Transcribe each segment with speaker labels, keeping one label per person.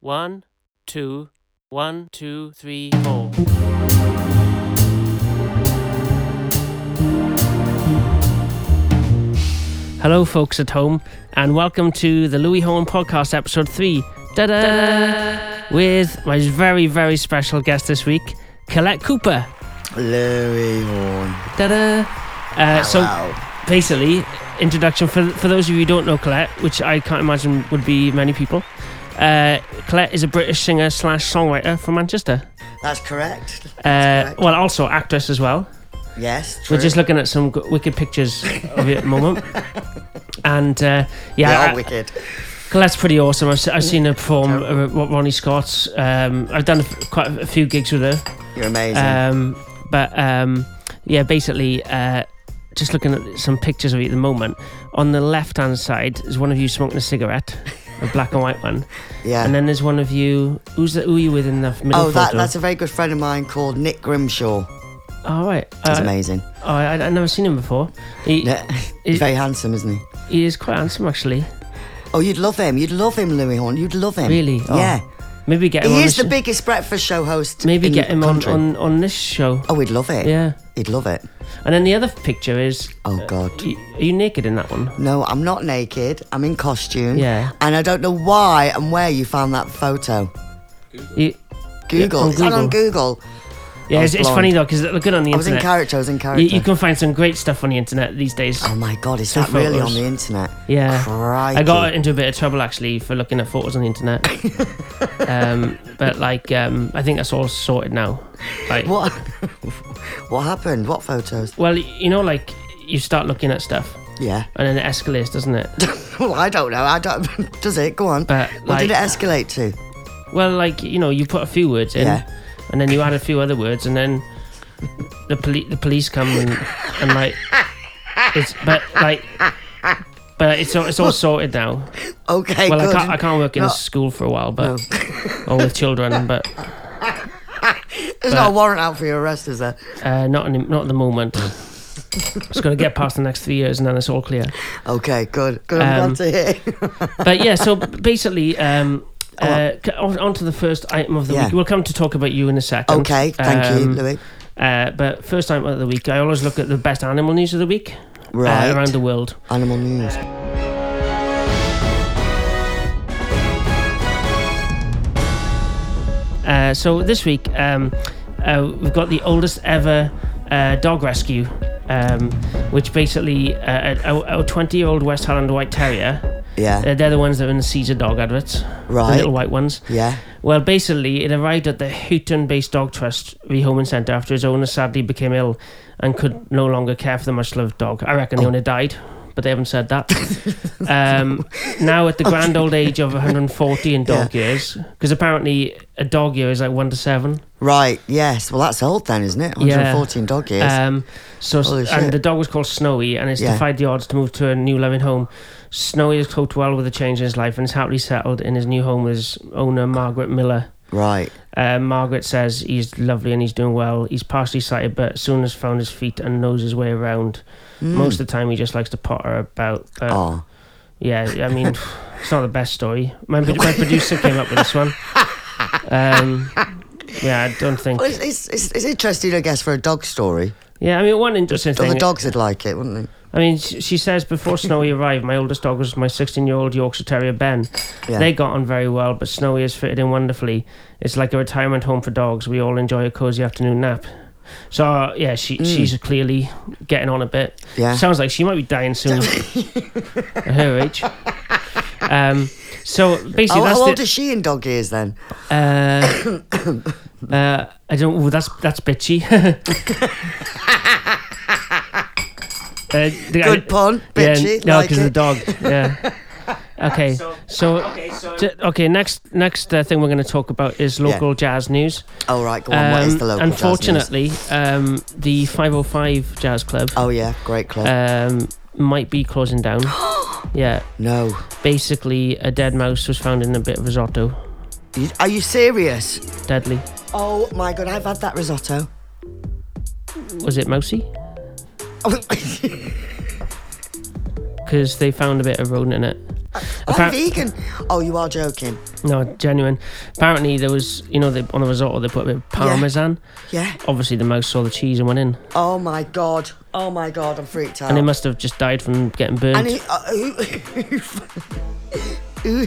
Speaker 1: One, two, one, two, three, four. Hello, folks at home, and welcome to the Louis Horn Podcast, Episode 3. Da da! With my very, very special guest this week, Colette Cooper.
Speaker 2: Louis Horn.
Speaker 1: Da da! Uh, so, basically introduction for for those of you who don't know Colette, which I can't imagine would be many people. Uh, Colette is a British singer slash songwriter from Manchester.
Speaker 2: That's correct.
Speaker 1: Uh,
Speaker 2: correct.
Speaker 1: well, also actress as well.
Speaker 2: Yes.
Speaker 1: We're just looking at some g- wicked pictures of you at the moment. And uh,
Speaker 2: yeah,
Speaker 1: yeah, I-
Speaker 2: wicked. Mm-hmm.
Speaker 1: Colette's pretty awesome. I've, se- I've seen her perform uh, Ro- Ronnie Scott's. Um, I've done a f- quite a few gigs with her.
Speaker 2: You're amazing.
Speaker 1: Um, but um, yeah, basically, uh, just looking at some pictures of you at the moment. On the left hand side is one of you smoking a cigarette, a black and white one,
Speaker 2: yeah.
Speaker 1: and then there's one of you. Who's the, who are you with in the middle
Speaker 2: oh, that,
Speaker 1: photo?
Speaker 2: that's a very good friend of mine called Nick Grimshaw.
Speaker 1: All right.
Speaker 2: He's
Speaker 1: Uh,
Speaker 2: amazing.
Speaker 1: oh, I, I've never seen him before. He,
Speaker 2: Yeah.
Speaker 1: it-
Speaker 2: He's very handsome, isn't he?
Speaker 1: he is quite handsome, actually.
Speaker 2: Oh, you'd love him. You'd love him, Louis Horn. You'd love him.
Speaker 1: Really? Oh.
Speaker 2: Yeah.
Speaker 1: Maybe get him on
Speaker 2: He is
Speaker 1: the
Speaker 2: the
Speaker 1: sh-
Speaker 2: biggest breakfast show host.
Speaker 1: Maybe
Speaker 2: in
Speaker 1: get
Speaker 2: the
Speaker 1: him on,
Speaker 2: country.
Speaker 1: on on this show.
Speaker 2: Oh, he'd love it.
Speaker 1: Yeah.
Speaker 2: He'd love it.
Speaker 1: And then the other picture is.
Speaker 2: Oh, God.
Speaker 1: y- Are you naked in that one?
Speaker 2: No, I'm not naked. I'm in costume.
Speaker 1: Yeah.
Speaker 2: And I don't know why and where you found that photo.
Speaker 1: You,
Speaker 2: Google.
Speaker 1: on
Speaker 2: it's not on Google.
Speaker 1: yeah,
Speaker 2: I
Speaker 1: it's,
Speaker 2: was
Speaker 1: it's funny
Speaker 2: blonde.
Speaker 1: though because they look good on the
Speaker 2: I was in
Speaker 1: internet.
Speaker 2: character. I was in
Speaker 1: You,
Speaker 2: character.
Speaker 1: you can find some great stuff on the internet these days.
Speaker 2: Oh my god, is
Speaker 1: Two
Speaker 2: that really on
Speaker 1: photos.
Speaker 2: the internet?
Speaker 1: yeah,
Speaker 2: Crikey.
Speaker 1: I got into a bit of trouble actually for looking at photos on the internet. um, but like, um, I think that's all sorted now. Like,
Speaker 2: What? what happened? What photos?
Speaker 1: well, you know, like you start looking at stuff
Speaker 2: Yeah.
Speaker 1: and then it escalates, doesn't it?
Speaker 2: well, I don't know. I don't. Does it? Go on.
Speaker 1: But
Speaker 2: what
Speaker 1: like,
Speaker 2: did it escalate to?
Speaker 1: well, like you know, you put a few words in,
Speaker 2: Yeah.
Speaker 1: and then you add a few other words, and then the poli- the police come and, and like, it's but like. But it's all, it's all sorted now.
Speaker 2: Okay.
Speaker 1: Well, I
Speaker 2: good.
Speaker 1: can't, I can't work in a
Speaker 2: No.
Speaker 1: school for a while, but or with children, but
Speaker 2: There's not a warrant out for your arrest, is there?
Speaker 1: uh, not in, not at the moment. Just got to get past the next three years, and then it's all clear.
Speaker 2: Okay. Good. Good. I'm
Speaker 1: Um,
Speaker 2: glad to hear.
Speaker 1: But yeah, so basically, um, uh, c- on, on to the first item of the
Speaker 2: Yeah.
Speaker 1: week. We'll come to talk about you in a second.
Speaker 2: okay. Thank you,
Speaker 1: Um,
Speaker 2: Louis.
Speaker 1: Uh, but first item of the week, I always look at the best animal news of the week uh,
Speaker 2: Right.
Speaker 1: around the world.
Speaker 2: Animal news.
Speaker 1: Uh, so this week, um, uh, we've got the oldest ever uh, dog rescue, um, which basically uh, a 20 year old West Highland White Terrier.
Speaker 2: Yeah.
Speaker 1: Uh, they're the ones that are in the Caesar dog adverts, the
Speaker 2: Right.
Speaker 1: little white ones.
Speaker 2: yeah.
Speaker 1: Well, basically, it arrived at the Houghton based dog trust rehoming centre after its owner sadly became ill and could no longer care for the much loved dog. I reckon
Speaker 2: Oh.
Speaker 1: the owner died, but they haven't said that. um, now, at the grand old age of 140 in dog years, because apparently a dog year is like one to seven.
Speaker 2: Right. Yes. Well, that's old then, isn't it?
Speaker 1: Yeah.
Speaker 2: 114 dog years.
Speaker 1: Um, so,
Speaker 2: Holy
Speaker 1: and
Speaker 2: shit.
Speaker 1: the dog was called Snowy, and it's
Speaker 2: Yeah.
Speaker 1: defied the odds to move to a new loving home. Snowy has coped well with the change in his life and is happily settled in his new home with his owner, Margaret Miller.
Speaker 2: right.
Speaker 1: Uh, Margaret says he's lovely and he's doing well. He's partially sighted, but soon has found his feet and knows his way around. Most of the time, he just likes to potter about. But
Speaker 2: Oh.
Speaker 1: yeah, I mean, it's not the best story. My, pro- my producer came up with this one. Um, yeah, I don't think.
Speaker 2: Well, it's, it's, it's, it's interesting, I guess, for a dog story.
Speaker 1: Yeah, I mean, one interesting
Speaker 2: Other
Speaker 1: thing.
Speaker 2: dogs would like it, wouldn't
Speaker 1: I mean, she she says before Snowy arrived, my oldest dog was my 16 year old Yorkshire Terrier, Ben.
Speaker 2: they? Yeah.
Speaker 1: They got on very well, but Snowy has fitted in wonderfully. It's like a retirement home for dogs. We all enjoy a cozy afternoon nap. So uh, yeah, she she's clearly getting on a bit.
Speaker 2: Mm. Yeah.
Speaker 1: Sounds like she might be dying soon at her age. Um, so basically,
Speaker 2: How,
Speaker 1: that's
Speaker 2: Oh, how old
Speaker 1: the,
Speaker 2: is she in dog years then?
Speaker 1: uh, uh, I don't. Ooh, that's that's bitchy. Uh, the- I-
Speaker 2: Good pun, bitchy.
Speaker 1: Yeah, no,
Speaker 2: like
Speaker 1: because the
Speaker 2: it.
Speaker 1: dog. Yeah. Okay. So, uh, okay, Next, next uh, thing we're going to talk about is local jazz news.
Speaker 2: Oh right, go on. what is
Speaker 1: Um,
Speaker 2: the local? jazz news?
Speaker 1: unfortunately, um, the 505 Jazz Club
Speaker 2: Oh yeah, great club.
Speaker 1: um, might be closing down. yeah.
Speaker 2: no,
Speaker 1: Basically, a dead mouse was found in a bit of risotto.
Speaker 2: You- are you serious?
Speaker 1: Deadly.
Speaker 2: Oh my god, I've had that risotto.
Speaker 1: Was it mousy?
Speaker 2: Oh,
Speaker 1: Because they found a bit of rodent in it.
Speaker 2: I'm
Speaker 1: Appar-
Speaker 2: vegan. Oh, you are joking.
Speaker 1: No, genuine. Apparently, there was, you know, they, on the risotto they put a bit of parmesan.
Speaker 2: Yeah.
Speaker 1: Obviously, the mouse saw the cheese and went in,
Speaker 2: Oh my god. Oh my god. I'm freaked out.
Speaker 1: and it must have just died from getting burnt.
Speaker 2: Oh. And he, uh, who, who, who,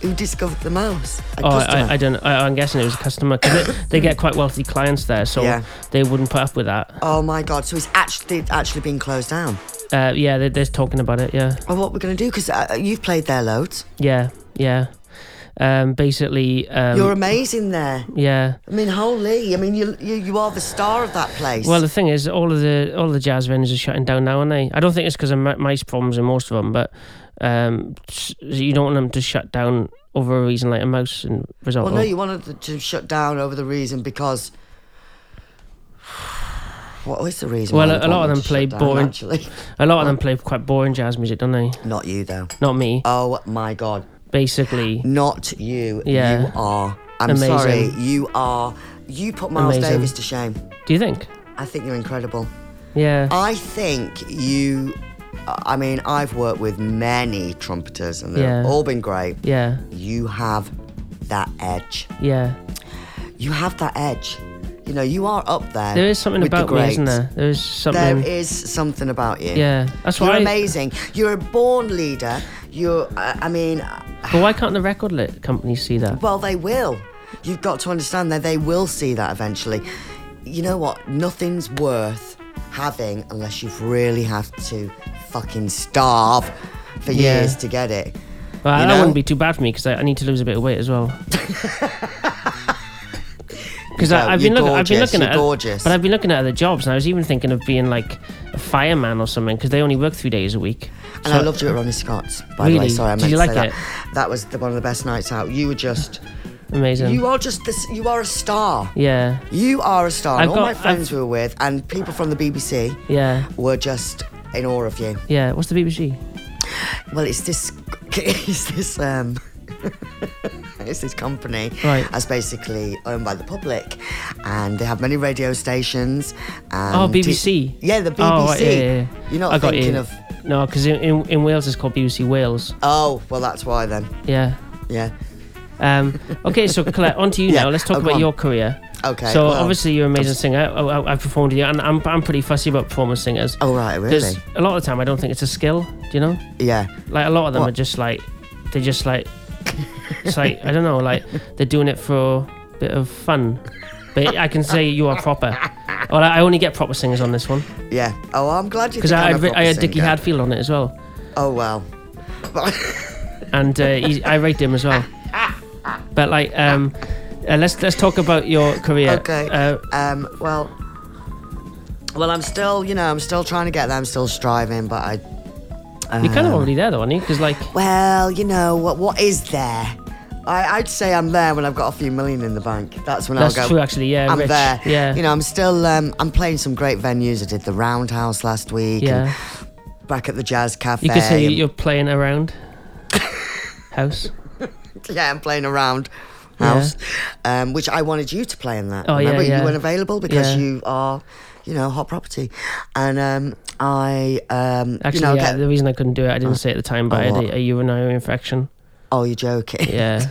Speaker 2: who discovered the mouse? A
Speaker 1: Oh, I-
Speaker 2: customer.
Speaker 1: I, I don't. I, I'm guessing it was a customer because they get quite wealthy clients there, so
Speaker 2: Yeah.
Speaker 1: they wouldn't put up with that.
Speaker 2: oh my god. So it's actually they've actually been closed down.
Speaker 1: Uh, yeah, they, they're talking about it. Yeah,
Speaker 2: Oh, what we're gonna do? Because uh, you've played there loads.
Speaker 1: yeah, yeah. Um, basically, um,
Speaker 2: You're amazing there.
Speaker 1: yeah.
Speaker 2: I mean, holy. I mean, you you, you are the star of that place.
Speaker 1: Well, the thing is, all of the all the jazz venues are shutting down now, aren't they? I don't think it's because of mi- mice problems in most of them, but um, s- you don't want them to shut down over a reason like a mouse and result.
Speaker 2: well, no, you wanted to- to shut down over the reason because. What is the reason?
Speaker 1: Well,
Speaker 2: why
Speaker 1: a-
Speaker 2: they
Speaker 1: a lot
Speaker 2: wanted
Speaker 1: of them
Speaker 2: to
Speaker 1: play
Speaker 2: shut down,
Speaker 1: boring-
Speaker 2: Actually,
Speaker 1: a lot of them play quite boring jazz music, don't they?
Speaker 2: not you though.
Speaker 1: Not me,
Speaker 2: Oh my god.
Speaker 1: basically.
Speaker 2: Not you.
Speaker 1: Yeah.
Speaker 2: You are. I'm
Speaker 1: Amazing.
Speaker 2: sorry. You are. You put Miles
Speaker 1: Amazing.
Speaker 2: Davis to shame.
Speaker 1: Do you think?
Speaker 2: I think you're incredible.
Speaker 1: Yeah.
Speaker 2: I think you. I mean, I've worked with many trumpeters and they've
Speaker 1: Yeah.
Speaker 2: all been great.
Speaker 1: yeah.
Speaker 2: You have that edge.
Speaker 1: Yeah.
Speaker 2: You have that edge. You know, you are up there.
Speaker 1: There is something
Speaker 2: with the
Speaker 1: about me, isn't
Speaker 2: greats.
Speaker 1: there? There is
Speaker 2: There
Speaker 1: something.
Speaker 2: is something about you.
Speaker 1: yeah. That's
Speaker 2: You're
Speaker 1: why.
Speaker 2: amazing. You're a born leader. You're, I I mean,
Speaker 1: But why can't the record li- companies see that?
Speaker 2: Well, they will. You've got to understand that they will see that eventually. You know what? Nothing's worth having unless you've really have to fucking starve for
Speaker 1: Yeah.
Speaker 2: years to get it.
Speaker 1: Well, that
Speaker 2: you know-
Speaker 1: wouldn't be too bad for me because I, I need to lose a bit of weight as well. Because
Speaker 2: don't.
Speaker 1: I've been
Speaker 2: You're
Speaker 1: looking, I've been
Speaker 2: gorgeous.
Speaker 1: looking
Speaker 2: You're
Speaker 1: at, oth-
Speaker 2: gorgeous.
Speaker 1: but I've been looking at other jobs, and I was even thinking of being like a fireman or something because they only work three days a week.
Speaker 2: And I loved you at Ronnie Scott's, by the way.
Speaker 1: Really?
Speaker 2: Sorry, I meant
Speaker 1: Did you
Speaker 2: to
Speaker 1: like
Speaker 2: say
Speaker 1: it?
Speaker 2: that. That was the, one of the best nights out. You were just,
Speaker 1: Amazing.
Speaker 2: you are just this. You are a star.
Speaker 1: yeah,
Speaker 2: You are a star. And
Speaker 1: I've
Speaker 2: all
Speaker 1: got-
Speaker 2: my friends
Speaker 1: I've-
Speaker 2: we were with and people from the BBC
Speaker 1: yeah,
Speaker 2: were just in awe of you.
Speaker 1: yeah. What's the
Speaker 2: Mm,
Speaker 1: BBC?
Speaker 2: Well, it's this. It's this. Um, it's this company
Speaker 1: Right.
Speaker 2: that's basically owned by the public, and they have many radio stations. And
Speaker 1: Oh,
Speaker 2: t-
Speaker 1: BBC.
Speaker 2: yeah, the BBC.
Speaker 1: Oh, right, yeah, yeah, yeah.
Speaker 2: You're not
Speaker 1: I got
Speaker 2: thinking
Speaker 1: you.
Speaker 2: of.
Speaker 1: No, because in, in, in Wales it's called BBC Wales.
Speaker 2: Oh, well, that's why then.
Speaker 1: Yeah.
Speaker 2: Yeah.
Speaker 1: Um, okay, so Colette, on to you
Speaker 2: Yeah,
Speaker 1: now. Let's talk
Speaker 2: oh, go
Speaker 1: about
Speaker 2: on.
Speaker 1: your career.
Speaker 2: Okay.
Speaker 1: so
Speaker 2: well-
Speaker 1: obviously you're an amazing singer. I, I, I've performed with you, and I'm, I'm pretty fussy about performance singers.
Speaker 2: Oh right, really?
Speaker 1: Because a lot of the time, I don't think it's a skill. Do you know?
Speaker 2: Yeah.
Speaker 1: Like a lot of them
Speaker 2: What?
Speaker 1: are just like they're just like it's like I don't know. Like they're doing it for a bit of fun. But I can say you are proper. Well, I only get proper singers on this one
Speaker 2: Yeah. Oh, I'm glad you.
Speaker 1: because I,
Speaker 2: Because
Speaker 1: I,
Speaker 2: I'm a
Speaker 1: re- I
Speaker 2: proper
Speaker 1: had Dickie
Speaker 2: singer.
Speaker 1: Hadfield on it as well,
Speaker 2: Oh well. But
Speaker 1: and uh, he, I rate him as well. But like, um, uh, let's let's talk about your career.
Speaker 2: Okay.
Speaker 1: Uh,
Speaker 2: um, well, well, I'm still, you know, I'm still trying to get there. I'm still striving, but I. uh,
Speaker 1: you're kind of
Speaker 2: Um,
Speaker 1: already there though, aren't you? Because like.
Speaker 2: oh, Well, you know what? What is there? I, I'd say I'm there when I've got a few million in the bank. That's when
Speaker 1: That's
Speaker 2: I'll go.
Speaker 1: true, actually. Yeah,
Speaker 2: I'm
Speaker 1: Rich.
Speaker 2: there.
Speaker 1: Yeah,
Speaker 2: You know, I'm still. Um, I'm playing some great venues. I did the Roundhouse last week.
Speaker 1: yeah.
Speaker 2: And back at the Jazz Cafe.
Speaker 1: You could say
Speaker 2: and-
Speaker 1: you're playing around house.
Speaker 2: yeah, I'm playing around.
Speaker 1: Yeah.
Speaker 2: House, um, which I wanted you to play in that.
Speaker 1: Oh, yeah,
Speaker 2: Remember,
Speaker 1: yeah.
Speaker 2: you weren't available because
Speaker 1: Yeah.
Speaker 2: you are, you know, hot property. And um, I, um,
Speaker 1: Actually,
Speaker 2: you know,
Speaker 1: yeah.
Speaker 2: get-
Speaker 1: The reason I couldn't do it, I didn't say it at the time, but I had
Speaker 2: what?
Speaker 1: a, a urinary infection.
Speaker 2: oh, you're joking.
Speaker 1: Yeah,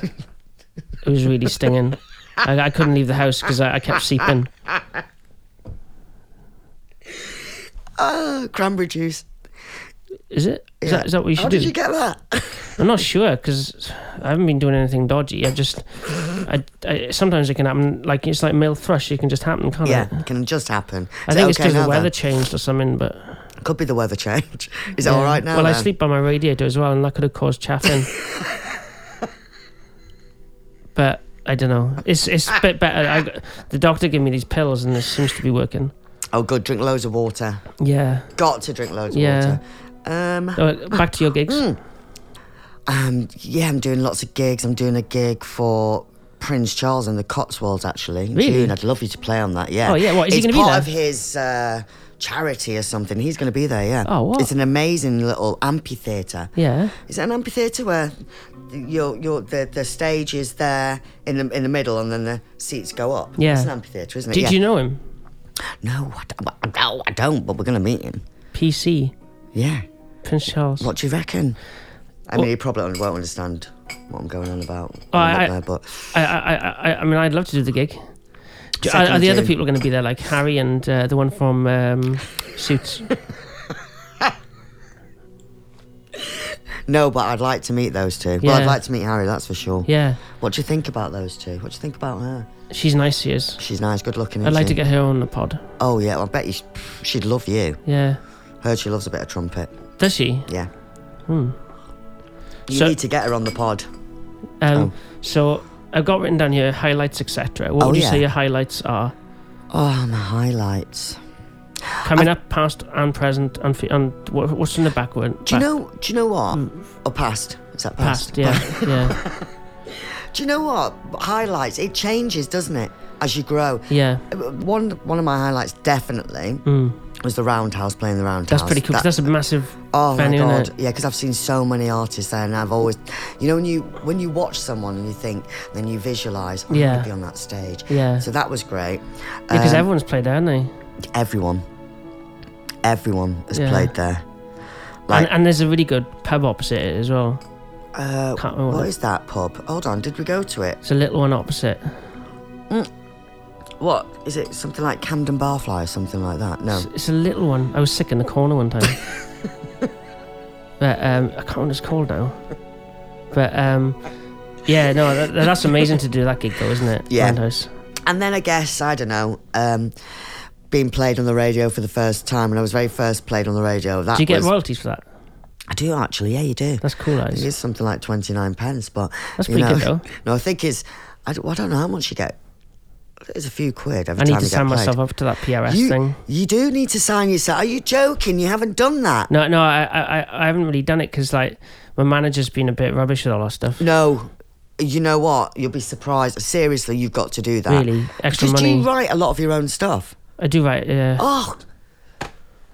Speaker 1: it was really stinging. I, I couldn't leave the house because I, I kept seeping.
Speaker 2: Oh, cranberry juice.
Speaker 1: Is it? Is,
Speaker 2: Yeah.
Speaker 1: that, is that what you should
Speaker 2: How
Speaker 1: do?
Speaker 2: did you get that?
Speaker 1: I'm not sure because I haven't been doing anything dodgy. I just, I, I sometimes it can happen. Like it's like male thrush. It can just happen, can't
Speaker 2: Yeah,
Speaker 1: it?
Speaker 2: it can just happen.
Speaker 1: I
Speaker 2: Is
Speaker 1: think
Speaker 2: it
Speaker 1: it's
Speaker 2: okay
Speaker 1: because
Speaker 2: now
Speaker 1: the weather
Speaker 2: then?
Speaker 1: changed or something. But
Speaker 2: Could be the weather change. Is it
Speaker 1: yeah.
Speaker 2: all right now?
Speaker 1: Well, I
Speaker 2: then?
Speaker 1: sleep by my radiator as well, and that could have caused chaffing. but I don't know. It's it's a bit better. I, the doctor gave me these pills, and this seems to be working.
Speaker 2: Oh, good. Drink loads of water.
Speaker 1: Yeah.
Speaker 2: Got to drink loads of
Speaker 1: Yeah.
Speaker 2: water. Um,
Speaker 1: Uh, back to your gigs.
Speaker 2: Mm. um, yeah, I'm doing lots of gigs. I'm doing a gig for Prince Charles in the Cotswolds, actually. in
Speaker 1: Really?
Speaker 2: June. I'd love you to play on that. Yeah.
Speaker 1: Oh, yeah, what, is he
Speaker 2: it's
Speaker 1: gonna be
Speaker 2: part
Speaker 1: there?
Speaker 2: of his uh, charity or something. He's going to be there. Yeah.
Speaker 1: Oh, what?
Speaker 2: It's an amazing little amphitheatre.
Speaker 1: Yeah.
Speaker 2: Is it an amphitheatre where your your the, the stage is there in the in the middle and then the seats go up?
Speaker 1: Yeah.
Speaker 2: it's an amphitheatre, isn't it?
Speaker 1: Did
Speaker 2: yeah.
Speaker 1: you know him?
Speaker 2: No, I don't, no, I don't. But we're gonna meet him.
Speaker 1: PC
Speaker 2: Yeah.
Speaker 1: Prince Charles.
Speaker 2: What do you reckon? I mean, he probably won't understand what I'm going on about. when
Speaker 1: Oh,
Speaker 2: I'm
Speaker 1: I-
Speaker 2: up there, but
Speaker 1: I, I, I- I, I mean, I'd love to do the gig. Do- Are,
Speaker 2: Second
Speaker 1: are the other
Speaker 2: June.
Speaker 1: people going to be there, like Harry and uh, the one from um, Suits?
Speaker 2: no, but I'd like to meet those two. Well,
Speaker 1: Yeah.
Speaker 2: I'd like to meet Harry, that's for sure.
Speaker 1: Yeah,
Speaker 2: What do you think about those two? What do you think about her?
Speaker 1: she's nice. She is.
Speaker 2: She's nice, good looking.
Speaker 1: I'd
Speaker 2: isn't
Speaker 1: like to
Speaker 2: she?
Speaker 1: get her on the pod.
Speaker 2: Oh yeah, I bet you she'd love you.
Speaker 1: Yeah,
Speaker 2: Heard she loves a bit of trumpet.
Speaker 1: does she?
Speaker 2: Yeah.
Speaker 1: Hmm.
Speaker 2: You
Speaker 1: So-
Speaker 2: need to get her on the pod.
Speaker 1: Um,
Speaker 2: Oh.
Speaker 1: So I've got written down here highlights, etc. What
Speaker 2: Oh,
Speaker 1: would you say
Speaker 2: yeah.
Speaker 1: your highlights are?
Speaker 2: Oh, my highlights.
Speaker 1: Coming up, past and present, and, fe- and wha- what's in the backward?
Speaker 2: Do you
Speaker 1: back-
Speaker 2: know? Do you know what? Or past? Is that past?
Speaker 1: Hmm. Past, yeah, yeah,
Speaker 2: Do you know what? Highlights. It changes, doesn't it? As you grow.
Speaker 1: yeah.
Speaker 2: One one of my highlights definitely
Speaker 1: Mm.
Speaker 2: was the Roundhouse playing the Roundhouse.
Speaker 1: That's pretty cool. 'cause
Speaker 2: That-
Speaker 1: that's a massive.
Speaker 2: oh my
Speaker 1: venue, innit?
Speaker 2: god, yeah, because I've seen so many artists there, and I've always, you know, when you when you watch someone and you think, then you visualize, oh, I'm
Speaker 1: Yeah.
Speaker 2: gonna be on that stage.
Speaker 1: Yeah.
Speaker 2: So that was great.
Speaker 1: Because
Speaker 2: Um,
Speaker 1: everyone's played there, haven't they?
Speaker 2: everyone, everyone has
Speaker 1: Yeah.
Speaker 2: played there. Like,
Speaker 1: and, and there's a really good pub opposite it as well.
Speaker 2: uh,
Speaker 1: Can't remember.
Speaker 2: what
Speaker 1: What it-
Speaker 2: is that pub? Hold on, did we go to it?
Speaker 1: it's a little one opposite.
Speaker 2: What is it? Something like Camden Barfly or something like that? No.
Speaker 1: It's, it's a little one. I was sick in the corner one time. but um, I can't remember what it's called now. But um, yeah, no, that, that's amazing to do that gig though, isn't it?
Speaker 2: Yeah.
Speaker 1: Roundhouse.
Speaker 2: And then I guess, I don't know, um, being played on the radio for the first time, and I was very first played on the radio. That
Speaker 1: Do you get
Speaker 2: was,
Speaker 1: royalties for that?
Speaker 2: I do actually, yeah, you do.
Speaker 1: That's cool,
Speaker 2: It
Speaker 1: guys.
Speaker 2: is something like 29 pence, but.
Speaker 1: That's
Speaker 2: you
Speaker 1: pretty
Speaker 2: know,
Speaker 1: good, though.
Speaker 2: No, I think it's. I don't, well, I don't know how much you get. It's a few quid every
Speaker 1: I need
Speaker 2: time
Speaker 1: to
Speaker 2: you get
Speaker 1: sign
Speaker 2: played.
Speaker 1: myself up to that PRS
Speaker 2: you,
Speaker 1: thing.
Speaker 2: you do need to sign yourself. Are you joking? You haven't done that.
Speaker 1: No, no, I, I, I- I haven't really done it because like my manager's been a bit rubbish with all our stuff.
Speaker 2: No. You know what? You'll be surprised. Seriously, you've got to do that.
Speaker 1: Really, extra
Speaker 2: Because
Speaker 1: money.
Speaker 2: you write a lot of your own stuff.
Speaker 1: I do uh, right. Yeah.
Speaker 2: Oh,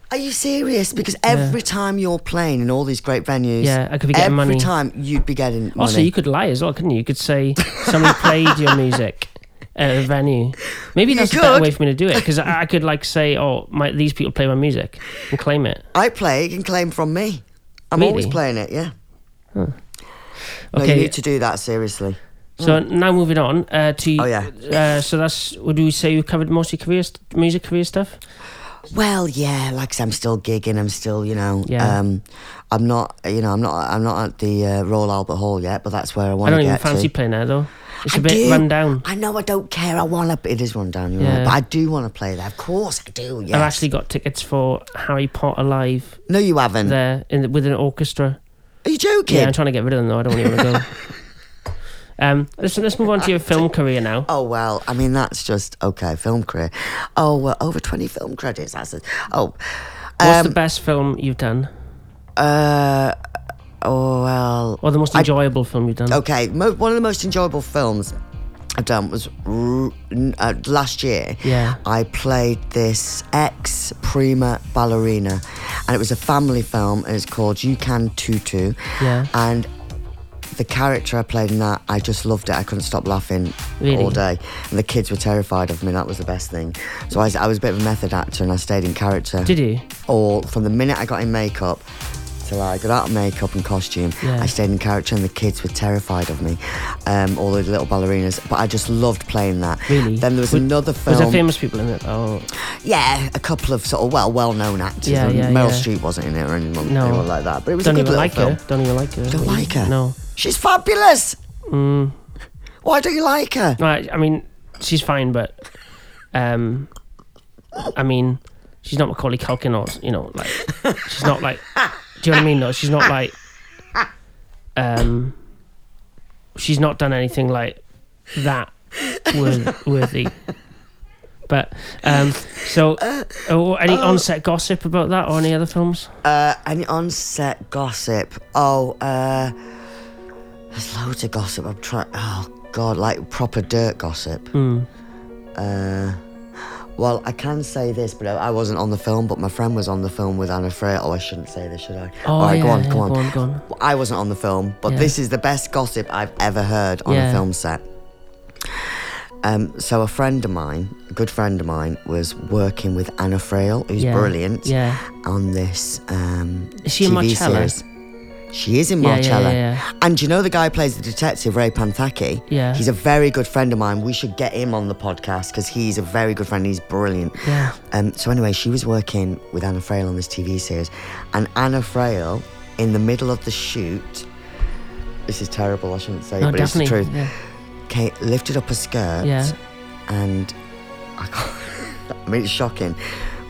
Speaker 2: are you serious? Because every time you're playing in all these great venues,
Speaker 1: Yeah, I could be getting
Speaker 2: every
Speaker 1: money.
Speaker 2: time you'd be getting money.
Speaker 1: Also, you could lie as well, couldn't you? You could say somebody played your music at a venue. Maybe
Speaker 2: You
Speaker 1: that's a better
Speaker 2: could.
Speaker 1: way for me to do it because I, I could like say, "Oh, my, these people play my music" and claim it.
Speaker 2: I play it and claim from me. I'm always
Speaker 1: Really?
Speaker 2: playing it. Yeah. No, you
Speaker 1: Okay,
Speaker 2: need to do that seriously.
Speaker 1: so now moving on uh, to
Speaker 2: Oh, yeah.
Speaker 1: Uh, so that's would we say you covered most of your career, st- music career stuff?
Speaker 2: Well, yeah, like I said, I'm still gigging. I'm still, you know,
Speaker 1: Yeah.
Speaker 2: um, I'm not, you know, I'm not, I'm not at the uh, Royal Albert Hall yet, but that's where I
Speaker 1: I
Speaker 2: want
Speaker 1: don't
Speaker 2: to
Speaker 1: even
Speaker 2: get
Speaker 1: fancy
Speaker 2: to.
Speaker 1: playing there though. It's a
Speaker 2: I
Speaker 1: bit
Speaker 2: do.
Speaker 1: run down.
Speaker 2: I know I don't care. I want to. It is run down, you're
Speaker 1: Yeah.
Speaker 2: right, but I do want to play there. Of course, I do. Yeah.
Speaker 1: I've actually got tickets for Harry Potter live
Speaker 2: no, you haven't.
Speaker 1: there in the, with an orchestra.
Speaker 2: Are you joking?
Speaker 1: Yeah, I'm trying to get rid of them though. I don't really want to go. Um, listen, let's move on to your film career now.
Speaker 2: Oh well, I mean that's just okay. Film career. Oh well, over twenty film credits. That's it. Oh,
Speaker 1: What's the
Speaker 2: um,
Speaker 1: best film you've done,
Speaker 2: uh, oh well.
Speaker 1: or the most enjoyable film you've done?
Speaker 2: Okay, mo- one of the most enjoyable films I've done was r- n- uh, last year.
Speaker 1: Yeah.
Speaker 2: I played this ex prima ballerina, and it was a family film. And it's called You Can Tutu.
Speaker 1: Yeah.
Speaker 2: And the character I played in that, I just loved it. I couldn't stop laughing
Speaker 1: Really?
Speaker 2: all day. And the kids were terrified of me. That was the best thing. So I, was- I was a bit of a method actor, and I stayed in character
Speaker 1: Did you?
Speaker 2: all from the minute I got in makeup till I got out of makeup and costume.
Speaker 1: Yeah.
Speaker 2: I stayed in character, and the kids were terrified of me, um, all the little ballerinas. But I just loved playing that.
Speaker 1: Really?
Speaker 2: Then there was
Speaker 1: Was-
Speaker 2: another
Speaker 1: Was
Speaker 2: film.
Speaker 1: there famous people in it? Oh,
Speaker 2: yeah, a couple of sort of well, well-known actors.
Speaker 1: Yeah,
Speaker 2: Um,
Speaker 1: yeah,
Speaker 2: Meryl
Speaker 1: yeah.
Speaker 2: Streep wasn't in it or anyone,
Speaker 1: No.
Speaker 2: anyone like that. But it was
Speaker 1: don't
Speaker 2: a good
Speaker 1: even
Speaker 2: little
Speaker 1: like
Speaker 2: film.
Speaker 1: her. Don't even like her.
Speaker 2: Don't like her.
Speaker 1: No.
Speaker 2: She's fabulous.
Speaker 1: Mm.
Speaker 2: Why don't you like her?
Speaker 1: No, I, I mean she's fine, but um, I mean she's not Macaulay Culkin or you know like she's not like. do you know what I mean? No, she's not like. Um, she's not done anything like that worth, worthy. But um, so, oh, any on-set gossip about that or any other films?
Speaker 2: Uh, any on-set gossip? Oh, uh, there's loads of gossip. I'm trying. Oh God, like proper dirt gossip.
Speaker 1: Hmm.
Speaker 2: Uh, well, I can say this, but I I wasn't on the film, but my friend was on the film with Anna Frey. Oh, I shouldn't say this, should I?
Speaker 1: Oh,
Speaker 2: All right,
Speaker 1: yeah,
Speaker 2: go on,
Speaker 1: yeah,
Speaker 2: come on.
Speaker 1: go on, go on.
Speaker 2: Well, I wasn't on the film, but
Speaker 1: Yeah.
Speaker 2: this is the best gossip I've ever heard on
Speaker 1: Yeah.
Speaker 2: a film set. Um, so a friend of mine, a good friend of mine, was working with Anna Frail, who's
Speaker 1: Yeah,
Speaker 2: brilliant,
Speaker 1: Yeah.
Speaker 2: on this um,
Speaker 1: Is she in
Speaker 2: TV
Speaker 1: Marcella?
Speaker 2: series. She is in
Speaker 1: Yeah, yeah,
Speaker 2: Marcella.
Speaker 1: yeah,
Speaker 2: And do you know the guy who plays the detective, Ray Panthaki?
Speaker 1: Yeah.
Speaker 2: He's a very good friend of mine. We should get him on the podcast because he's a very good friend. He's brilliant.
Speaker 1: Yeah.
Speaker 2: Um, so anyway, she was working with Anna Frail on this TV series, and Anna Frail, in the middle of the shoot, this is terrible. I shouldn't say,
Speaker 1: No,
Speaker 2: but
Speaker 1: definitely.
Speaker 2: it's the truth.
Speaker 1: Yeah.
Speaker 2: Kate lifted up her skirt,
Speaker 1: Yeah.
Speaker 2: and I, can't, I mean it's shocking.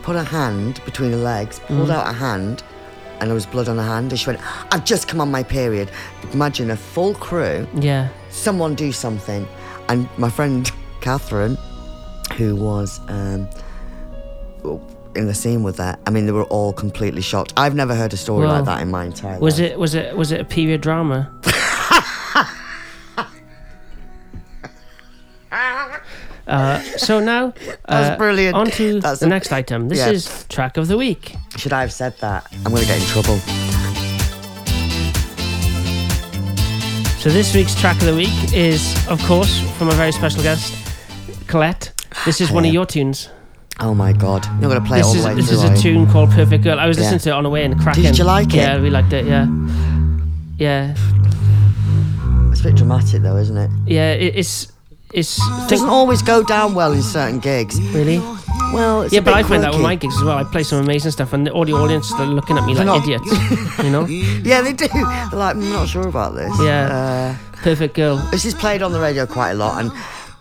Speaker 2: Put her hand between her legs, pulled
Speaker 1: Mm.
Speaker 2: out her hand, and there was blood on her hand. And she went, "I've just come on my period." Imagine a full crew
Speaker 1: Yeah.
Speaker 2: someone do something. And my friend Catherine, who was um, in the scene with that, I mean, they were all completely shocked. I've never heard a story
Speaker 1: Wow.
Speaker 2: like that in my entire
Speaker 1: Was
Speaker 2: life.
Speaker 1: it was it was it a period drama? uh, so now uh,
Speaker 2: That's brilliant.
Speaker 1: on to
Speaker 2: That's
Speaker 1: the
Speaker 2: a-
Speaker 1: next item. This
Speaker 2: Yeah.
Speaker 1: is track of the week.
Speaker 2: Should I have said that? I'm going to get in trouble.
Speaker 1: So this week's track of the week is, of course, from a very special guest, Colette. This is one of
Speaker 2: Yeah.
Speaker 1: your tunes.
Speaker 2: Oh my God. You're going to play it all
Speaker 1: This
Speaker 2: the
Speaker 1: is
Speaker 2: way
Speaker 1: this
Speaker 2: through.
Speaker 1: is
Speaker 2: are
Speaker 1: a
Speaker 2: you?
Speaker 1: tune called Perfect Girl. I was
Speaker 2: Yeah.
Speaker 1: listening to it on the way and cracking.
Speaker 2: you like it?
Speaker 1: Yeah, we liked it. Yeah, yeah,
Speaker 2: It's a bit dramatic, though, isn't it?
Speaker 1: yeah. It, it's it's
Speaker 2: It doesn't always go down well in certain gigs.
Speaker 1: really.
Speaker 2: Well, it's
Speaker 1: yeah,
Speaker 2: a bit
Speaker 1: but I find that with my
Speaker 2: quirky.
Speaker 1: gigs as well. I play some amazing stuff, and the audio audience they're looking at me like
Speaker 2: They're not-
Speaker 1: idiots. you know,
Speaker 2: Yeah, they do. They're like, I'm not sure about this.
Speaker 1: Yeah.
Speaker 2: Uh,
Speaker 1: perfect girl.
Speaker 2: This is played on the radio quite a lot, and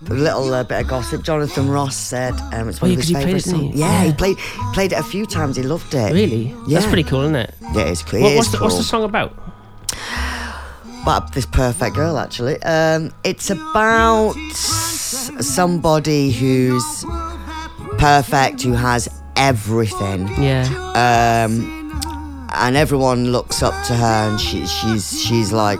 Speaker 2: a little uh, bit of gossip. Jonathan Ross said um, it's one
Speaker 1: Oh, yeah, 'cause
Speaker 2: of his
Speaker 1: he played
Speaker 2: favourite
Speaker 1: it, didn't he?
Speaker 2: songs. Yeah, he
Speaker 1: Yeah.
Speaker 2: played played it a few times. He loved it.
Speaker 1: Really, that's
Speaker 2: Yeah.
Speaker 1: pretty cool, isn't it?
Speaker 2: Yeah, it's cool.
Speaker 1: What,
Speaker 2: It
Speaker 1: what's,
Speaker 2: is
Speaker 1: the, what's the
Speaker 2: cool.
Speaker 1: song about?
Speaker 2: But this perfect girl, actually. Um, it's about somebody who's perfect, who has everything.
Speaker 1: Yeah,
Speaker 2: um, and everyone looks up to her, and she, she's she's like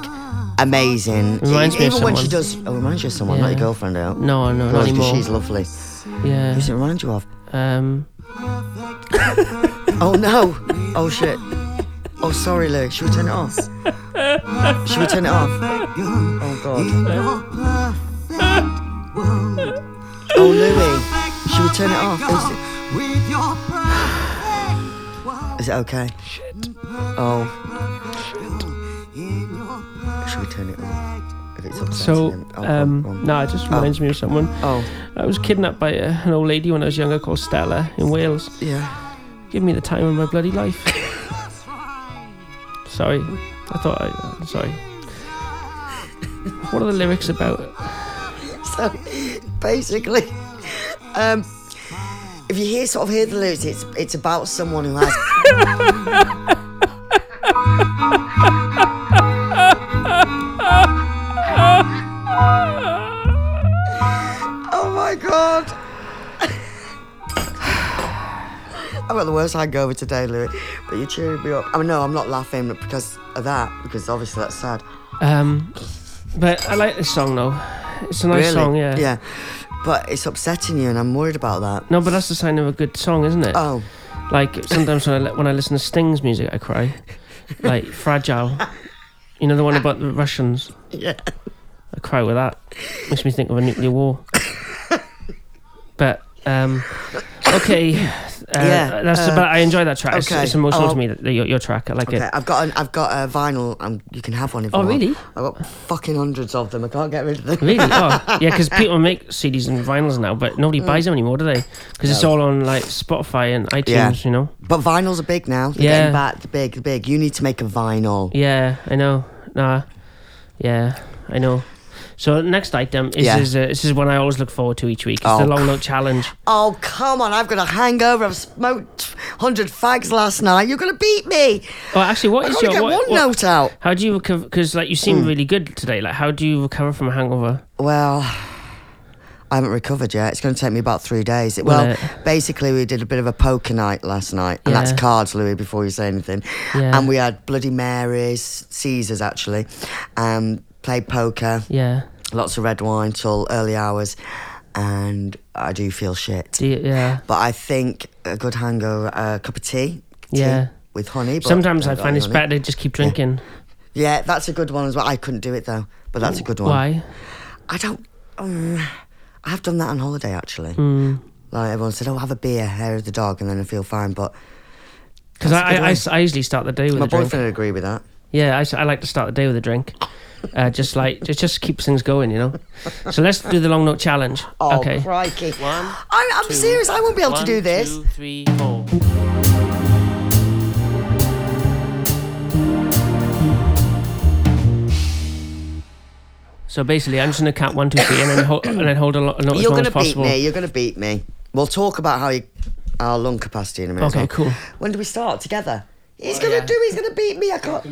Speaker 2: amazing.
Speaker 1: Reminds
Speaker 2: E-
Speaker 1: me
Speaker 2: Even
Speaker 1: of
Speaker 2: when she
Speaker 1: someone.
Speaker 2: does, oh, reminds you of someone, not
Speaker 1: Yeah.
Speaker 2: your girlfriend. Out.
Speaker 1: no, no, not anymore.
Speaker 2: she's lovely.
Speaker 1: yeah,
Speaker 2: Who's it remind you of?
Speaker 1: um,
Speaker 2: Oh no! Oh shit! Oh sorry, Lou. Should we turn it off? Should we turn it off? Oh god! Oh Louie, should we turn it off? Is it-
Speaker 3: With your perfect
Speaker 2: Is it okay? Oh. Should we turn it on? If it's upsetting
Speaker 1: so
Speaker 2: him. Oh, go on,
Speaker 1: um,
Speaker 2: go on.
Speaker 1: no, it just reminds me of someone.
Speaker 2: Oh,
Speaker 1: I was kidnapped by a, an old lady when I was younger called Stella in Wales.
Speaker 2: yeah.
Speaker 1: Give me the time of my bloody life. sorry, I thought I. I'm sorry. What are the lyrics about?
Speaker 2: So basically, um, if you hear sort of hear the lyrics, it's it's about someone who has. oh my god. I've got the worst hangover today, Louis, but you're cheering me up. I mean, no, I'm not laughing because of that, because obviously that's sad.
Speaker 1: Um, but I like this song though. It's a nice
Speaker 2: really?
Speaker 1: song, yeah.
Speaker 2: Yeah. But it's upsetting you, and I'm worried about that.
Speaker 1: No, but that's the sign of a good song, isn't it?
Speaker 2: Oh,
Speaker 1: Like sometimes when I li- when I listen to Sting's music, I cry. like fragile. You know the one about the Russians.
Speaker 2: yeah.
Speaker 1: I cry with that. Makes me think of a nuclear war. but um, okay, uh,
Speaker 2: Yeah,
Speaker 1: That's
Speaker 2: uh,
Speaker 1: but I enjoy that track. It's,
Speaker 2: okay.
Speaker 1: it's emotional
Speaker 2: Oh.
Speaker 1: to me. That, that your, your track, I like
Speaker 2: Okay,
Speaker 1: it.
Speaker 2: I've got an, I've got a vinyl. Um, you can have one if
Speaker 1: Oh,
Speaker 2: you want.
Speaker 1: really?
Speaker 2: I've got fucking hundreds of them. I can't get rid of them.
Speaker 1: Really? Oh, yeah. Because people make CDs and vinyls now, but nobody
Speaker 2: Mm.
Speaker 1: buys them anymore, do they? Because it's all on like Spotify and iTunes.
Speaker 2: Yeah.
Speaker 1: You know.
Speaker 2: But vinyls are big now. They're
Speaker 1: Yeah.
Speaker 2: getting back the big, the big. You need to make a vinyl.
Speaker 1: Yeah, I know. Nah. Yeah, I know. So next item is,
Speaker 2: Yeah.
Speaker 1: is uh, this is one I always look forward to each week. It's the
Speaker 2: Oh,
Speaker 1: long note challenge.
Speaker 2: Oh come on! I've got a hangover. I've smoked hundred fags last night. You're gonna beat me.
Speaker 1: Oh, actually, what
Speaker 2: I
Speaker 1: is
Speaker 2: gotta
Speaker 1: your
Speaker 2: get
Speaker 1: what,
Speaker 2: one Mm.
Speaker 1: what-
Speaker 2: note out.
Speaker 1: How do you recover? Because like you seem really good today. Like, how do you recover from a hangover?
Speaker 2: Well, I haven't recovered yet. It's going to take me about three days. It- Well,
Speaker 1: it?
Speaker 2: basically, we did a bit of a poker night last night, and that's
Speaker 1: Yeah.
Speaker 2: cards, Louis. Before you say anything,
Speaker 1: Yeah.
Speaker 2: and we had Bloody Marys, Caesars actually, um, played poker,
Speaker 1: Yeah,
Speaker 2: lots of red wine till early hours, and I do feel shit.
Speaker 1: do you, yeah.
Speaker 2: But I think a good hangover, a cup of tea, tea
Speaker 1: Yeah.
Speaker 2: with honey. but
Speaker 1: Sometimes I
Speaker 2: don't got
Speaker 1: find
Speaker 2: any
Speaker 1: it's
Speaker 2: honey.
Speaker 1: better to just keep drinking.
Speaker 2: Yeah, that's a good one as well. I couldn't do it though, but that's a good one.
Speaker 1: Why?
Speaker 2: I don't. Um, I have done that on holiday actually.
Speaker 1: Hmm.
Speaker 2: Like everyone said, oh, have a beer, hair of the dog, and then I feel fine. But
Speaker 1: Because
Speaker 2: That's a
Speaker 1: I,
Speaker 2: good
Speaker 1: I, I s- I usually start the day with
Speaker 2: my
Speaker 1: a drink.
Speaker 2: boyfriend would agree with that.
Speaker 1: Yeah, I, s- I like to start the day with a drink. Uh, just like it just keeps things going, you know. So let's do the long note challenge.
Speaker 2: Oh,
Speaker 1: okay.
Speaker 2: crikey.
Speaker 4: One,
Speaker 2: I'm, I'm
Speaker 4: two,
Speaker 2: serious. I won't be able
Speaker 4: one,
Speaker 2: to do this.
Speaker 4: two, three, four.
Speaker 1: So basically, I'm just gonna count one, two, three, and then hold, and then hold a lo- a note as
Speaker 2: You're
Speaker 1: long
Speaker 2: going
Speaker 1: as
Speaker 2: to beat
Speaker 1: possible.
Speaker 2: me. You're going to beat me. We'll talk about how you, our lung capacity in a minute. as
Speaker 1: Okay,
Speaker 2: well.
Speaker 1: cool.
Speaker 2: When do we start? Together? He's
Speaker 4: Oh,
Speaker 2: going to do, he's going to beat me. I can't.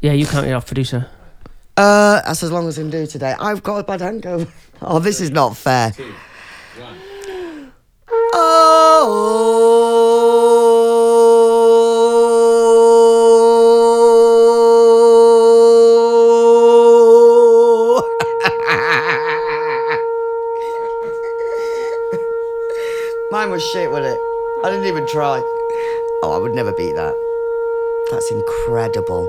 Speaker 1: Yeah, you count it off, producer.
Speaker 2: Uh, that's as long as I can do today. I've got a bad hangover. Oh, this is not fair. Oh. Oh. Mine was shit, wasn't it? I didn't even try. Oh, I would never beat that. That's incredible.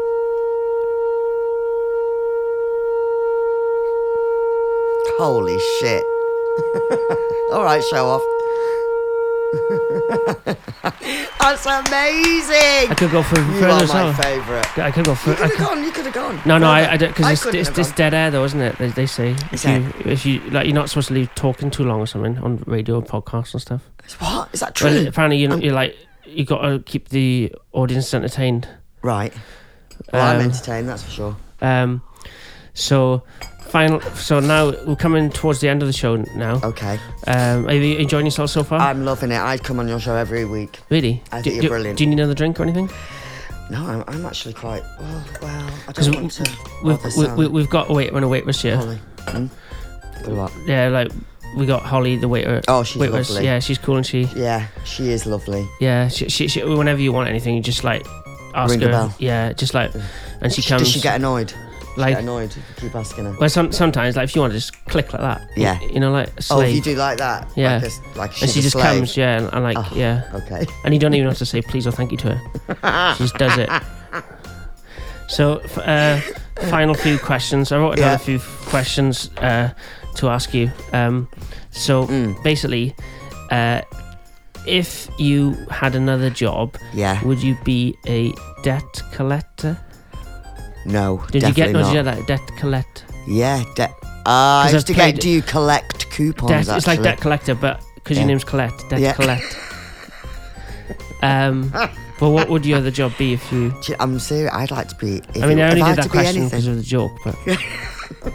Speaker 2: Holy shit. All right, show off. That's amazing.
Speaker 1: I could go for
Speaker 2: you
Speaker 1: further
Speaker 2: are
Speaker 1: as
Speaker 2: my
Speaker 1: well.
Speaker 2: favourite.
Speaker 1: I could go for.
Speaker 2: You
Speaker 1: I
Speaker 2: could have
Speaker 1: could-
Speaker 2: gone. You could have gone.
Speaker 1: no, no,
Speaker 2: further.
Speaker 1: I, I don't
Speaker 2: I
Speaker 1: because it's,
Speaker 2: couldn't
Speaker 1: it's,
Speaker 2: have
Speaker 1: it's
Speaker 2: gone.
Speaker 1: dead air, though, isn't it? They, they say
Speaker 2: Is
Speaker 1: if
Speaker 2: it?
Speaker 1: you, if you like, you're not supposed to leave talking too long or something on radio and podcasts and stuff.
Speaker 2: What is that true? Um,
Speaker 1: But apparently, you you're like you got to keep the audience entertained.
Speaker 2: right. Well, I'm
Speaker 1: Um,
Speaker 2: entertained. That's for sure.
Speaker 1: Um, so final. So now we're coming towards the end of the show now.
Speaker 2: Okay.
Speaker 1: Um, are you enjoying yourself so far?
Speaker 2: I'm loving it. I'd come on your show every week.
Speaker 1: really?
Speaker 2: I
Speaker 1: do,
Speaker 2: think you're
Speaker 1: do-
Speaker 2: brilliant.
Speaker 1: Do you need another drink or anything?
Speaker 2: No, I'm, I'm actually quite. oh, Well, well, I
Speaker 1: Because
Speaker 2: don't want to.
Speaker 1: We've,
Speaker 2: bother
Speaker 1: we,
Speaker 2: Sam.
Speaker 1: we, we've got a waiter and a waitress here.
Speaker 2: Holly. Hmm? What?
Speaker 1: Yeah, like we got Holly the waiter.
Speaker 2: Oh, she's
Speaker 1: waitress.
Speaker 2: lovely.
Speaker 1: Yeah, she's cool and she.
Speaker 2: Yeah, she is lovely.
Speaker 1: Yeah, she, she, she. Whenever you want anything, you just like ask
Speaker 2: Ring
Speaker 1: her.
Speaker 2: the bell.
Speaker 1: Yeah, just like, and she
Speaker 2: Sh-
Speaker 1: comes.
Speaker 2: Does she get annoyed?
Speaker 1: like?
Speaker 2: Like get annoyed. if you Keep asking her.
Speaker 1: Well, some, sometimes like if you want to just click like that. you-
Speaker 2: Yeah.
Speaker 1: You, know, like a
Speaker 2: Oh, if
Speaker 1: slave.
Speaker 2: you do like that.
Speaker 1: Yeah.
Speaker 2: Like, a s- like she's
Speaker 1: and she
Speaker 2: a
Speaker 1: just
Speaker 2: slave.
Speaker 1: comes. Yeah, and, and like
Speaker 2: Oh.
Speaker 1: yeah,
Speaker 2: Okay.
Speaker 1: and you don't even have to say please or thank you to her. She just does it. So, f- uh, final few questions. I wrote down
Speaker 2: Yeah.
Speaker 1: a few f- questions uh, to ask you. Um, so
Speaker 2: Mm.
Speaker 1: basically, uh, if you had another job,
Speaker 2: Yeah.
Speaker 1: would you be a debt collector?
Speaker 2: No.
Speaker 1: Did
Speaker 2: definitely
Speaker 1: you get? no,
Speaker 2: not.
Speaker 1: Did you get that debt collect?
Speaker 2: Yeah, de- uh, I
Speaker 1: I've
Speaker 2: used to
Speaker 1: played-
Speaker 2: get. Do you collect coupons?
Speaker 1: debt. It's like
Speaker 2: actually?
Speaker 1: debt collector, but because
Speaker 2: Yeah.
Speaker 1: your name's Colette, debt
Speaker 2: Yeah.
Speaker 1: collect. Um, but what would your other job be if you?
Speaker 2: Do you- I'm serious. I'd like to be. If
Speaker 1: I mean,
Speaker 2: it,
Speaker 1: I only
Speaker 2: if
Speaker 1: did
Speaker 2: had
Speaker 1: that
Speaker 2: to be
Speaker 1: question because
Speaker 2: anything,
Speaker 1: of the joke, but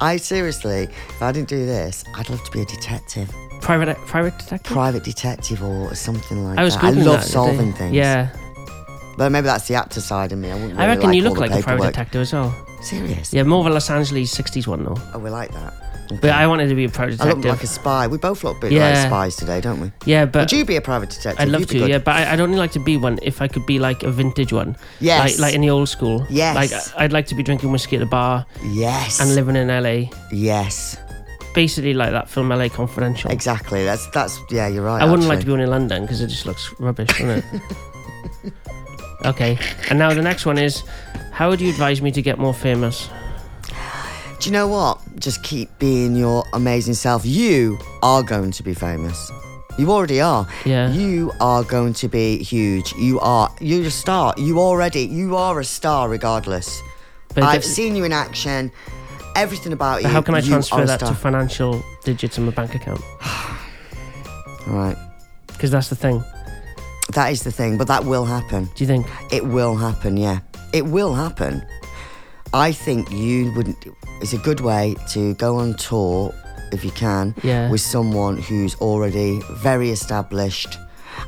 Speaker 2: I seriously, if I didn't do this, I'd love to be a detective,
Speaker 1: private private detective.
Speaker 2: private detective, or something like
Speaker 1: I was
Speaker 2: that. I
Speaker 1: googling that
Speaker 2: love
Speaker 1: the other
Speaker 2: solving
Speaker 1: day.
Speaker 2: things.
Speaker 1: Yeah,
Speaker 2: but maybe that's the actor side in me. I, wouldn't
Speaker 1: I
Speaker 2: really
Speaker 1: reckon you
Speaker 2: all
Speaker 1: look
Speaker 2: the
Speaker 1: like a private
Speaker 2: paperwork.
Speaker 1: detective as well.
Speaker 2: Serious?
Speaker 1: Yeah, more of a Los Angeles '60s one though.
Speaker 2: Oh, we like that.
Speaker 1: But I wanted to be a private
Speaker 2: I look
Speaker 1: detective.
Speaker 2: like a spy. We both look a bit
Speaker 1: Yeah.
Speaker 2: like spies today, don't we?
Speaker 1: yeah, but
Speaker 2: Would you be a private detective?
Speaker 1: I'd love
Speaker 2: You'd be
Speaker 1: to.
Speaker 2: good.
Speaker 1: Yeah, but I, I'd only like to be one if I could be like a vintage one. Like,
Speaker 2: Yes.
Speaker 1: like in the old school.
Speaker 2: Yes.
Speaker 1: Like I- I'd like to be drinking whiskey at a bar
Speaker 2: Yes.
Speaker 1: and living in LA.
Speaker 2: yes.
Speaker 1: Basically, like that film LA Confidential.
Speaker 2: Exactly. That's that's. Yeah, you're right.
Speaker 1: I wouldn't like to
Speaker 2: actually.
Speaker 1: be one in London because it just looks rubbish, doesn't it? okay, and now the next one is how would you advise me to get more famous?
Speaker 2: Do you know what? Just keep being your amazing self. You are going to be famous. You already are.
Speaker 1: Yeah.
Speaker 2: You are going to be huge. You are. You're a star. You already. You are a star, regardless.
Speaker 1: But
Speaker 2: I've
Speaker 1: that's-
Speaker 2: seen you in action. Everything about you.
Speaker 1: How can I
Speaker 2: you are
Speaker 1: transfer
Speaker 2: a
Speaker 1: that to
Speaker 2: star.
Speaker 1: financial digits in my bank account?
Speaker 2: All right.
Speaker 1: Because that's the thing.
Speaker 2: That is the thing, but that will happen.
Speaker 1: Do you think?
Speaker 2: It will happen, yeah. It will happen. I think you wouldn't. It's a good way to go on tour if you can
Speaker 1: Yeah.
Speaker 2: with someone who's already very established.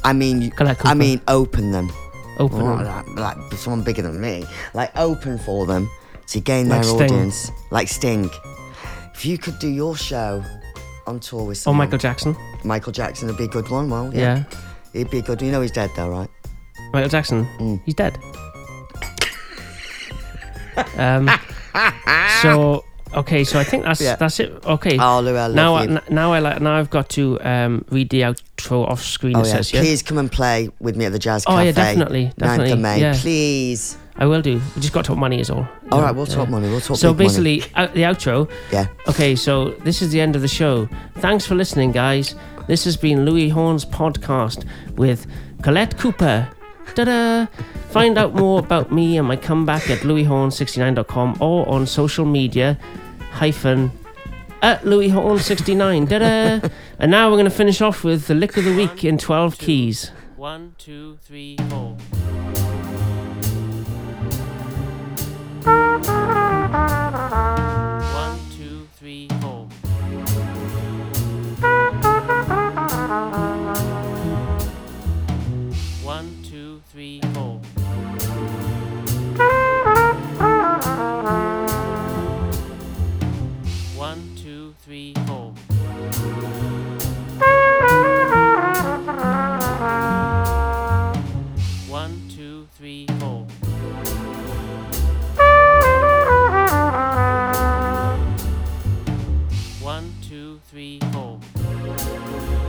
Speaker 2: I mean, you-
Speaker 1: Colette Cooper.
Speaker 2: I mean, open them.
Speaker 1: Open
Speaker 2: Not
Speaker 1: them.
Speaker 2: like, like someone bigger than me. Like open for them to gain
Speaker 1: Like
Speaker 2: their
Speaker 1: Sting.
Speaker 2: audience. Like Sting. If you could do your show on tour with
Speaker 1: Or Oh,
Speaker 2: someone,
Speaker 1: Michael Jackson.
Speaker 2: Michael Jackson would be a good one. Well, yeah,
Speaker 1: Yeah.
Speaker 2: he'd be a good. You know he's dead though, right?
Speaker 1: Michael Jackson.
Speaker 2: Mm.
Speaker 1: He's dead. um, so okay, so I think that's
Speaker 2: Yeah.
Speaker 1: that's it. Okay.
Speaker 2: Oh, Lou, I love
Speaker 1: now, I,
Speaker 2: you.
Speaker 1: n- now I like now I've got to um, read the outro off screen.
Speaker 2: Oh,
Speaker 1: it
Speaker 2: yeah.
Speaker 1: says, yeah?
Speaker 2: Please come and play with me at the Jazz
Speaker 1: Oh,
Speaker 2: Cafe.
Speaker 1: yeah, definitely,
Speaker 2: 9th
Speaker 1: definitely,
Speaker 2: of May.
Speaker 1: yeah.
Speaker 2: Please.
Speaker 1: I will do. We just got to talk money is all.
Speaker 2: All right, we'll talk money. We'll talk
Speaker 1: So
Speaker 2: big money.
Speaker 1: basically, out the outro.
Speaker 2: Yeah.
Speaker 1: Okay, so this is the end of the show. Thanks for listening, guys. This has been Louis Horn's podcast with Colette Cooper. Ta-da! Find out more about me and my comeback at louishorn69.com or on social media hyphen at louishorn69. Da-da. And now we're going to finish off with the lick of the week in 12 keys. One, two, three, four. One, two, three, four. One, two, three, four. One, two, three, four. One, two, three, four. One, two, three, four.